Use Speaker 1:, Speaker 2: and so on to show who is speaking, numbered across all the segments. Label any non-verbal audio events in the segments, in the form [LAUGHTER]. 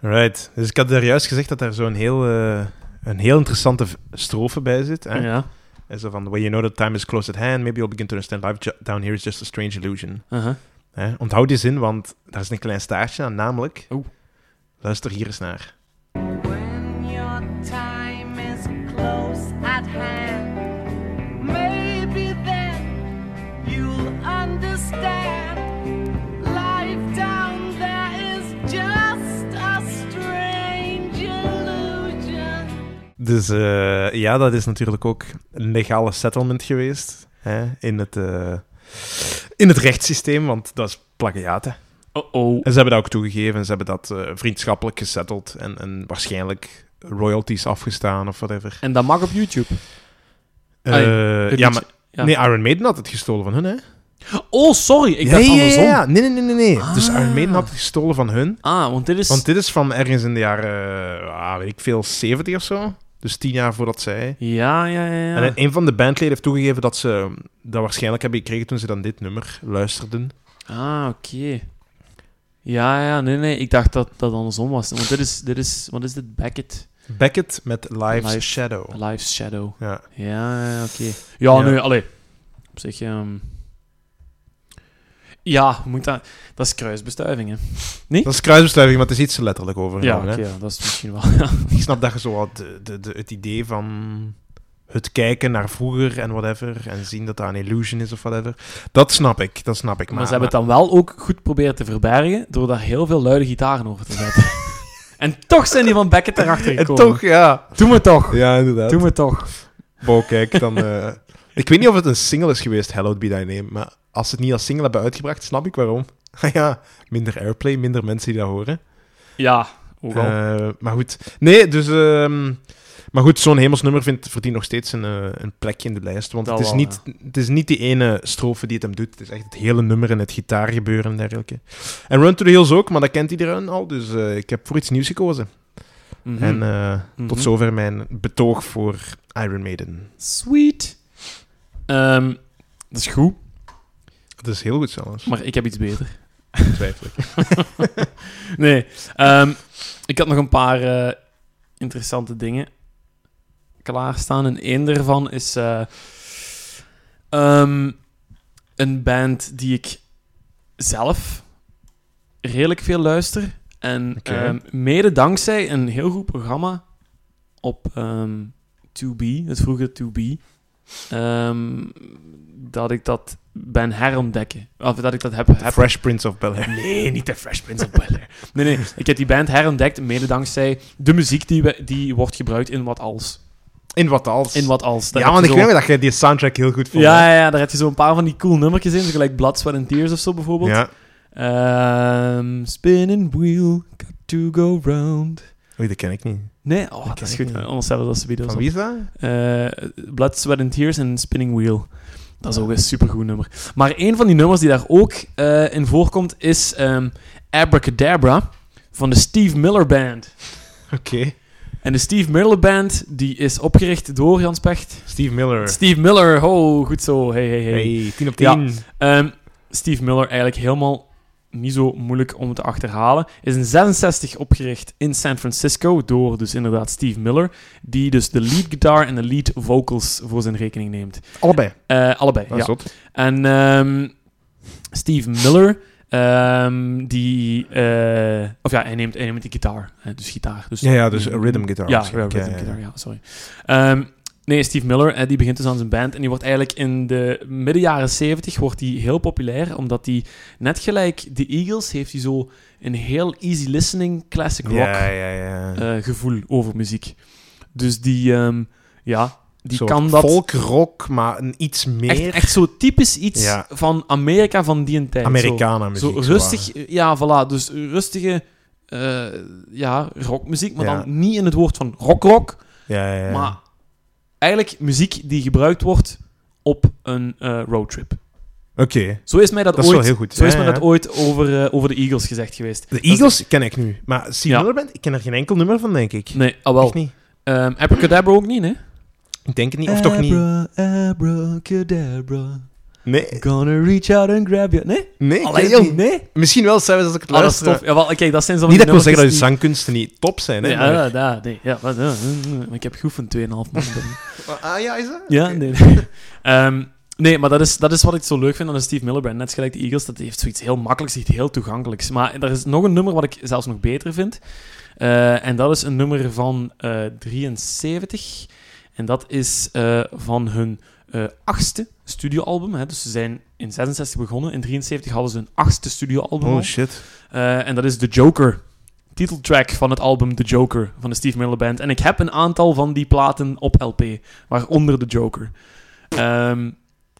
Speaker 1: Right. Dus ik had daar juist gezegd dat daar zo'n heel, eh, een heel interessante v- strofe bij zit. Hè?
Speaker 2: Ja.
Speaker 1: En zo van, the way you know that time is close at hand, maybe you'll begin to understand life ju- down here is just a strange illusion.
Speaker 2: aha.
Speaker 1: Hè? Onthoud die zin, want daar is een klein staartje aan, namelijk...
Speaker 2: Oeh.
Speaker 1: Luister hier eens naar.
Speaker 3: When your time is close at hand, maybe then you'll understand life down there is just a strange illusion.
Speaker 1: Dus eh, ja, dat is natuurlijk ook een legale settlement geweest hè, in, het, eh, in het rechtssysteem, want dat is plagiaat. hè.
Speaker 2: Oh-oh.
Speaker 1: En ze hebben dat ook toegegeven, ze hebben dat eh, vriendschappelijk gesetteld en, en waarschijnlijk royalties afgestaan of whatever.
Speaker 2: En dat mag op YouTube.
Speaker 1: Eh,
Speaker 2: Ah, Het
Speaker 1: ja, maar
Speaker 2: liedje- ja.
Speaker 1: nee, Iron Maiden had het gestolen van hun, hè?
Speaker 2: Oh, sorry. Ik dacht
Speaker 1: ja, ja,
Speaker 2: andersom.
Speaker 1: ja, ja. Nee, nee, nee, nee. nee. Dus
Speaker 2: Ah.
Speaker 1: Iron Maiden had het gestolen van hun.
Speaker 2: Ah, want dit is...
Speaker 1: Want dit is van ergens in de jaren, eh, ah, weet ik veel, 70 of zo. Dus tien jaar voordat zij...
Speaker 2: Ja, ja, ja. ja.
Speaker 1: En eh, een van de bandleden heeft toegegeven dat ze dat waarschijnlijk hebben gekregen toen ze dan dit nummer luisterden.
Speaker 2: Ah, oké. Ja, ja, nee, nee. Ik dacht dat dat andersom was. Want dit is, dit is wat is dit? Beckett,
Speaker 1: Beckett met Life's
Speaker 2: Life.
Speaker 1: Shadow.
Speaker 2: Life's Shadow.
Speaker 1: Ja.
Speaker 2: Ja, ja, oké. Ja,
Speaker 1: Ja.
Speaker 2: nee, allee. Op zich, ehm, Ja, moet dat... Dat is kruisbestuiving, hè.
Speaker 1: Dat is kruisbestuiving, maar het is iets letterlijk over.
Speaker 2: Ja, oké, ja, dat is misschien wel... Ja,
Speaker 1: Ik snap dat je zo wat de, de, de- het idee van het kijken naar vroeger en whatever, en zien dat dat een illusion is of whatever. Dat snap ik, dat snap ik.
Speaker 2: maar ze hebben het dan wel ook goed proberen te verbergen door daar heel veel luide gitaren over te zetten. [LAUGHS] en toch zijn die van Beckett erachter
Speaker 1: En
Speaker 2: gekomen.
Speaker 1: toch, ja.
Speaker 2: Doe me toch.
Speaker 1: Ja, inderdaad.
Speaker 2: Doe me toch.
Speaker 1: Bo, kijk, dan... eh, [LAUGHS] ik weet niet of het een single is geweest, Hello Be Thy Name, maar als ze het niet als single hebben uitgebracht, snap ik waarom. [LAUGHS] ja, minder airplay, minder mensen die dat horen.
Speaker 2: Ja, ook al.
Speaker 1: Eh, maar goed. Nee, dus... ehm, maar goed, zo'n hemelsnummer vindt, verdient nog steeds een, eh, een plekje in de lijst. Want
Speaker 2: Dat
Speaker 1: het is,
Speaker 2: wel,
Speaker 1: niet, het is niet die ene strofe die het hem doet. Het is echt het hele nummer en het gitaargebeuren en dergelijke. En Run to the Hills ook, maar dat kent iedereen al. Dus eh, ik heb voor iets nieuws gekozen.
Speaker 2: Mhm.
Speaker 1: En eh,
Speaker 2: Mhm.
Speaker 1: tot zover mijn betoog voor Iron Maiden.
Speaker 2: Sweet. Ehm, dat is goed,
Speaker 1: Dat is heel goed zelfs,
Speaker 2: maar ik heb iets beter.
Speaker 1: twijfel ik.
Speaker 2: [LAUGHS] Nee, ehm, ik had nog een paar eh, interessante dingen klaarstaan. En één daarvan is eh, ehm, een band die ik zelf redelijk veel luister. En
Speaker 1: Oké.
Speaker 2: ehm, mede dankzij een heel goed programma op ehm 2B, het vroege 2B, ehm, dat ik dat ben herontdekken. Of dat ik dat heb,
Speaker 1: [LAUGHS]
Speaker 2: heb
Speaker 1: Fresh Prince of Bel-Air.
Speaker 2: Nee, niet de Fresh Prince of Bel-Air. Nee, nee. Ik heb die band herontdekt, mede dankzij de muziek die, we, die wordt gebruikt in Wat Als.
Speaker 1: In wat als?
Speaker 2: In Wat Als. Daar
Speaker 1: ja,
Speaker 2: heb
Speaker 1: want
Speaker 2: je
Speaker 1: ik
Speaker 2: zo-
Speaker 1: weet nog dat jij die soundtrack heel goed vond.
Speaker 2: ja, ja, ja, daar heb je zo een paar van die cool nummertjes in, zo gelijk Blood, Sweat and Tears of zo bijvoorbeeld.
Speaker 1: ja.
Speaker 2: Ehm, spinning wheel, got to go round.
Speaker 1: Oei, dat ken ik niet.
Speaker 2: Nee, oh, dat
Speaker 1: ken
Speaker 2: is
Speaker 1: ik
Speaker 2: goed.
Speaker 1: niet.
Speaker 2: Anders stellen we dat ze video's
Speaker 1: Van
Speaker 2: op.
Speaker 1: wie is
Speaker 2: [LAUGHS]
Speaker 1: dat?
Speaker 2: Eh, Blood, Sweat and Tears en Spinning Wheel. Dat is ook een supergoed nummer. Maar een van die nummers die daar ook eh, in voorkomt is ehm, Abracadabra van de Steve Miller Band.
Speaker 1: Oké.
Speaker 2: En de Steve Miller Band die is opgericht door Jan Specht.
Speaker 1: Steve Miller.
Speaker 2: Steve Miller, ho, goed zo. Hey, hey, hey.
Speaker 1: Hey, 10 op
Speaker 2: Ja.
Speaker 1: 10.
Speaker 2: Ehm, Steve Miller, eigenlijk helemaal niet zo moeilijk om te achterhalen. Is in 66 opgericht in San Francisco door dus inderdaad Steve Miller. Die dus de lead guitar en de lead vocals voor zijn rekening neemt.
Speaker 1: Allebei.
Speaker 2: Eh, allebei,
Speaker 1: Dat
Speaker 2: ja.
Speaker 1: is zot.
Speaker 2: En ehm, Steve Miller, ehm, die... eh, of ja, hij neemt, hij neemt de gitaar. hè, Dus gitaar. Dus
Speaker 1: Ja, ja, dus een rhythm guitar.
Speaker 2: ja,
Speaker 1: waarschijnlijk.
Speaker 2: ja, rhythm guitar, ja, sorry. Ehm, nee, Steve Miller, eh, die begint dus aan zijn band. En die wordt eigenlijk in de midden jaren 70 wordt die heel populair. Omdat hij, net gelijk de Eagles, heeft hij zo een heel easy listening classic rock
Speaker 1: Ja, ja, ja.
Speaker 2: eh, gevoel over muziek. Dus die, ehm, ja, die
Speaker 1: Soort
Speaker 2: kan dat...
Speaker 1: Folkrock, maar een iets
Speaker 2: Echt,
Speaker 1: meer
Speaker 2: echt zo typisch iets
Speaker 1: Ja.
Speaker 2: van Amerika van die tijd. zo.
Speaker 1: Americana
Speaker 2: Zo
Speaker 1: muziek. ah.
Speaker 2: rustig, ja, voilà. Dus rustige eh, ja, rockmuziek, maar
Speaker 1: Ja.
Speaker 2: dan niet in het woord van rock-rock,
Speaker 1: Ja, ja, ja.
Speaker 2: maar eigenlijk muziek die gebruikt wordt op een eh, roadtrip.
Speaker 1: Oké.
Speaker 2: Zo is mij dat,
Speaker 1: Dat is
Speaker 2: ooit,
Speaker 1: wel heel goed.
Speaker 2: Zo is
Speaker 1: Ja,
Speaker 2: mij
Speaker 1: ja.
Speaker 2: dat ooit over, eh, over de Eagles gezegd geweest.
Speaker 1: De Eagles ken ik nu. Maar Steve
Speaker 2: Ja.
Speaker 1: Miller Band, ik ken er geen enkel nummer van, denk ik.
Speaker 2: Nee, al wel.
Speaker 1: Echt niet.
Speaker 2: Ehm, Abracadabra ook niet, hè?
Speaker 1: Ik denk het niet. Of toch niet.
Speaker 2: Abra, abracadabra.
Speaker 1: Nee,
Speaker 2: Gonna reach out and grab you. Nee?
Speaker 1: nee. Eh. ik
Speaker 2: Alleen
Speaker 1: weet
Speaker 2: niet,
Speaker 1: niet.
Speaker 2: nee?
Speaker 1: Misschien wel zelfs als ik het
Speaker 2: Oh, dat is
Speaker 1: luister.
Speaker 2: tof. Ja, wel, kijk, dat zijn zo
Speaker 1: niet dat
Speaker 2: van
Speaker 1: ik wil
Speaker 2: die
Speaker 1: zeggen dat je
Speaker 2: nummertjes
Speaker 1: zangkunsten niet top zijn, hè?
Speaker 2: die-
Speaker 1: maar-
Speaker 2: Ja, ja, ja, nee. Ja, wat, ja, ja, ja. ik heb goed van 2,5 man.
Speaker 1: [LAUGHS] Ah ja, is dat?
Speaker 2: Ja,
Speaker 1: Oké.
Speaker 2: nee. nee. Ehm, nee, maar dat is, dat is wat ik zo leuk vind aan de Steve Miller Band. Net gelijk de Eagles, dat heeft zoiets heel makkelijks, iets heel toegankelijks. Maar er is nog een nummer wat ik zelfs nog beter vind. Eh, en dat is een nummer van eh, 73. En dat is eh, van hun eh, achtste studioalbum. Hè. Dus ze zijn in 66 begonnen. In 73 hadden ze hun achtste studioalbum. al.
Speaker 1: Oh shit.
Speaker 2: Eh, en dat is The Joker. Titeltrack van het album The Joker van de Steve Miller Band. En ik heb een aantal van die platen op LP, waaronder The Joker. Ehm,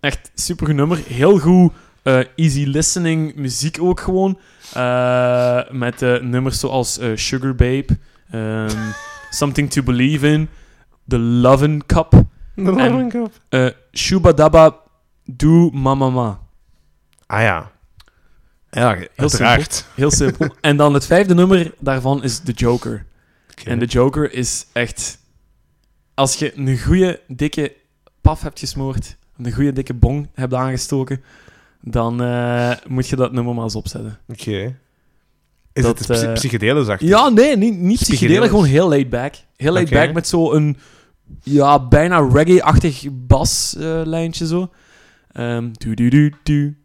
Speaker 2: echt super nummer. Heel goed. eh, easy listening muziek ook gewoon. Eh, met eh, nummers zoals eh, Sugar Babe, ehm, Something to Believe in, The Lovin' Cup, Lovin' eh Shubadaba, Do Mama Ma.
Speaker 1: Ah ja. Ja, Heel
Speaker 2: uiteraard. Heel simpel. en dan het vijfde nummer daarvan is The Joker. En de Joker is echt. Als je een goede dikke paf hebt gesmoord, een goede dikke bong hebt aangestoken, dan eh, moet je dat nummer maar eens opzetten.
Speaker 1: Oké. Is
Speaker 2: Dat,
Speaker 1: het psy-
Speaker 2: eh,
Speaker 1: psychedelisch achter?
Speaker 2: Ja, nee, niet, niet psychedelisch,
Speaker 1: Psychedelisch.
Speaker 2: gewoon heel laid back. Heel laid
Speaker 1: Oké.
Speaker 2: back met zo'n ja, bijna reggae-achtig baslijntje zo. Ehm, du-du-du-du,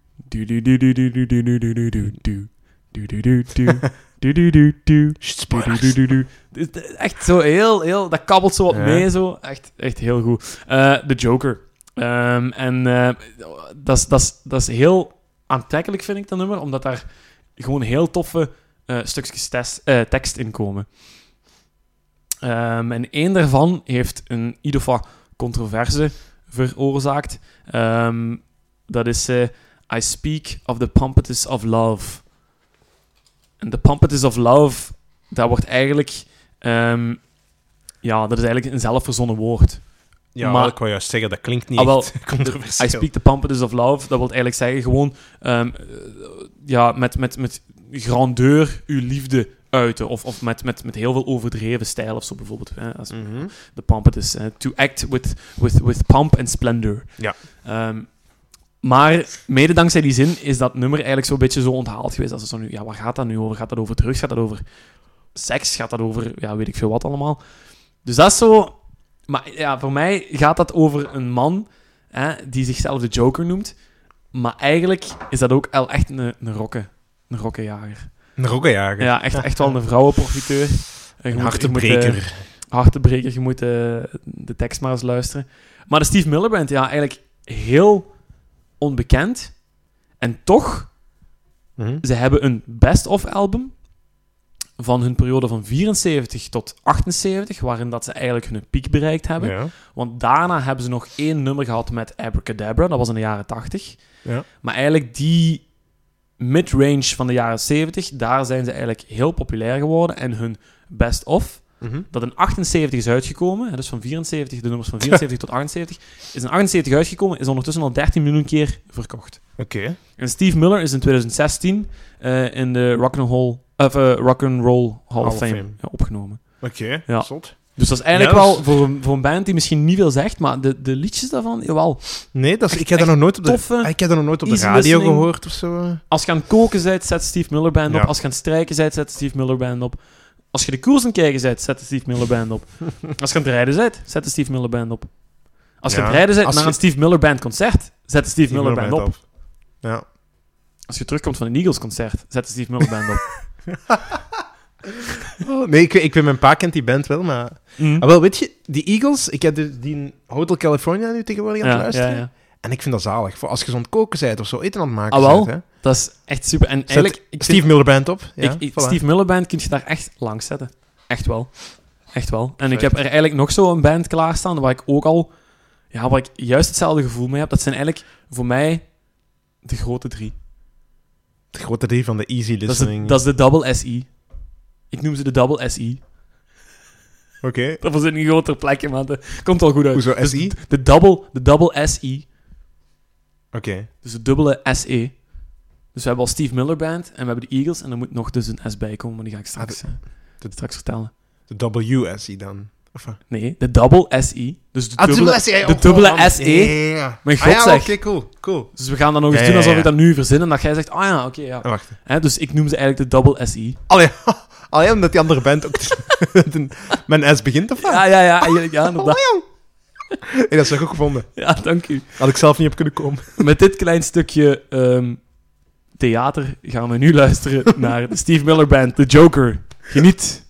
Speaker 2: du-du-du-du-du-du-du-du-du-du, du-du-du-du, du-du-du-du. Du- du- du- du- du- du- Echt zo heel, heel... Dat kabbelt zo wat
Speaker 1: Ja.
Speaker 2: mee, zo. Echt, echt heel goed. Eh, De Joker. Ehm, en eh, dat is- dat is- dat is heel aantrekkelijk, vind ik, dat nummer. Omdat daar gewoon heel toffe eh, stukjes tes- eh, tekst in komen. Ehm, en één daarvan heeft een idofa controverse veroorzaakt. Ehm, dat is eh, I speak of the pompous of love. En de pompous of love, dat wordt eigenlijk... ehm, ja, dat is eigenlijk een zelfverzonnen woord.
Speaker 1: Ja,
Speaker 2: maar-
Speaker 1: ik wou juist zeggen, dat klinkt niet
Speaker 2: Ah, wel,
Speaker 1: echt [LAUGHS] controversieel.
Speaker 2: I speak the pompous of love. Dat wil eigenlijk zeggen gewoon ehm, eh, ja, met, met, met grandeur uw liefde uiten. Of, of met, met, met heel veel overdreven stijl of zo bijvoorbeeld. Hè, als
Speaker 1: Mhm.
Speaker 2: de pomp is. eh, to act with, with, with pomp and splendor.
Speaker 1: Ja.
Speaker 2: Ehm, maar mede dankzij die zin is dat nummer eigenlijk zo'n beetje zo onthaald geweest. Als het zo nu, ja, waar gaat dat nu over? Gaat dat over drugs? Gaat dat over seks? Gaat dat over, ja, weet ik veel wat allemaal? Dus dat is zo... Maar ja, voor mij gaat dat over een man hè, die zichzelf de Joker noemt. Maar eigenlijk is dat ook wel echt een, een rokken. Een rokkenjager.
Speaker 1: Een rokkenjager.
Speaker 2: Ja, echt, echt wel een vrouwenprofiteur.
Speaker 1: Een
Speaker 2: eh, breker
Speaker 1: hartebreker.
Speaker 2: hartebreker. Je moet eh, de tekst maar eens luisteren. Maar de Steve Miller Band, ja, eigenlijk heel onbekend. En toch,
Speaker 1: Mhm.
Speaker 2: ze hebben een best-of album van hun periode van 74 tot 78, waarin dat ze eigenlijk hun piek bereikt hebben.
Speaker 1: Ja.
Speaker 2: Want daarna hebben ze nog één nummer gehad met Abracadabra, dat was in de jaren 80.
Speaker 1: Ja.
Speaker 2: Maar eigenlijk die mid-range van de jaren 70, daar zijn ze eigenlijk heel populair geworden. En hun best-of,
Speaker 1: Mhm.
Speaker 2: dat in 78 is uitgekomen, hè, dus van 74, de nummers van
Speaker 1: [LAUGHS]
Speaker 2: 74 tot 78, is in 78 uitgekomen, is ondertussen al 13 miljoen keer verkocht.
Speaker 1: Oké.
Speaker 2: En Steve Miller is in 2016 eh, in de Rock and, Roll, of, eh, Rock and Roll Hall of
Speaker 1: Hall of
Speaker 2: Fame,
Speaker 1: Fame.
Speaker 2: ja, opgenomen.
Speaker 1: Oké,
Speaker 2: Ja.
Speaker 1: zot.
Speaker 2: Dus dat is eigenlijk
Speaker 1: Ja, dat
Speaker 2: wel voor een, voor een band die misschien niet veel zegt, maar de, de liedjes daarvan, jawel.
Speaker 1: Nee, dat is, ik heb
Speaker 2: echt
Speaker 1: dat nog nooit op de, Ah,
Speaker 2: toffe,
Speaker 1: ik heb dat nog nooit op de
Speaker 2: easy
Speaker 1: radio
Speaker 2: listening.
Speaker 1: gehoord of zo.
Speaker 2: Als je aan het koken bent, zet Steve Miller Band op.
Speaker 1: Ja.
Speaker 2: Als je aan het strijken bent, zet Steve Miller Band op. Als je de koers aan het kijken bent, zet de Steve Miller
Speaker 1: [LAUGHS]
Speaker 2: Band op. Als je aan het rijden bent, zet de Steve Miller Band op. Als je
Speaker 1: Ja.
Speaker 2: aan het rijden bent
Speaker 1: Als
Speaker 2: naar
Speaker 1: je-
Speaker 2: een Steve Miller Band concert, zet de Steve Miller Band op.
Speaker 1: Ja.
Speaker 2: Als je terugkomt van een Eagles concert, zet de Steve Miller
Speaker 1: [LAUGHS]
Speaker 2: Band op.
Speaker 1: Oh, nee, ik, weet- ik weet, mijn pa kent die band wel, maar...
Speaker 2: Mm.
Speaker 1: Ah, wel, weet je, die Eagles, ik heb dus die Hotel California nu tegenwoordig aan het
Speaker 2: Ja, ja,
Speaker 1: luisteren.
Speaker 2: ja.
Speaker 1: En ik vind dat zalig. Voor als je zo'n koken bent of zo, eten aan het maken
Speaker 2: Ah, wel.
Speaker 1: bent, hè.
Speaker 2: Dat is echt super. En
Speaker 1: Zet
Speaker 2: eigenlijk, ik
Speaker 1: Steve Miller Band op. Ja,
Speaker 2: Ik, ik-
Speaker 1: voilà.
Speaker 2: Steve Miller Band kun je daar echt langs zetten. Echt wel. Echt wel. En ik
Speaker 1: Perfect.
Speaker 2: heb er eigenlijk nog zo'n band klaarstaan waar ik ook al... Ja, waar ik juist hetzelfde gevoel mee heb. Dat zijn eigenlijk voor mij de grote drie.
Speaker 1: De grote drie van de easy
Speaker 2: Dat is de,
Speaker 1: listening.
Speaker 2: dat is de double SI. Ik noem ze de double SI.
Speaker 1: Oké.
Speaker 2: Dat was in een groter plekje, maar dat komt al goed uit.
Speaker 1: Hoezo,
Speaker 2: Dus
Speaker 1: SI?
Speaker 2: de- de, double, de double SI.
Speaker 1: Oké.
Speaker 2: Dus de dubbele SE. Dus we hebben al Steve Miller Band en we hebben de Eagles. En er moet nog dus een S bij komen, maar die ga ik straks, eh,
Speaker 1: Ah, de-
Speaker 2: straks vertellen.
Speaker 1: De WSE dan. Of wat?
Speaker 2: Nee, de double SE. Dus de
Speaker 1: Ah,
Speaker 2: dubbele,
Speaker 1: SE,
Speaker 2: de
Speaker 1: oh,
Speaker 2: dubbele
Speaker 1: oh, man.
Speaker 2: SE.
Speaker 1: Ja, ja, ja.
Speaker 2: Mijn
Speaker 1: Ah, ja,
Speaker 2: god, zeg.
Speaker 1: oké, cool, cool.
Speaker 2: Dus we gaan dan nog eens
Speaker 1: Ja,
Speaker 2: doen
Speaker 1: ja,
Speaker 2: alsof
Speaker 1: ja.
Speaker 2: ik dat nu verzin en dat jij zegt, ah ja, oké, ja.
Speaker 1: Ah, wacht.
Speaker 2: Hè, dus ik noem ze eigenlijk de double SE.
Speaker 1: Allee, [LAUGHS] alleen omdat die andere band ook... [LAUGHS] Mijn S begint of wat?
Speaker 2: Ja, ja, ja, eigenlijk, ja,
Speaker 1: [LAUGHS] Allee,
Speaker 2: inderdaad.
Speaker 1: jong. Hey, dat is ook gevonden.
Speaker 2: Ja, dank u.
Speaker 1: Had ik zelf niet op kunnen komen.
Speaker 2: Met dit klein stukje ehm, theater gaan we nu luisteren naar de Steve Miller Band, The Joker. Geniet.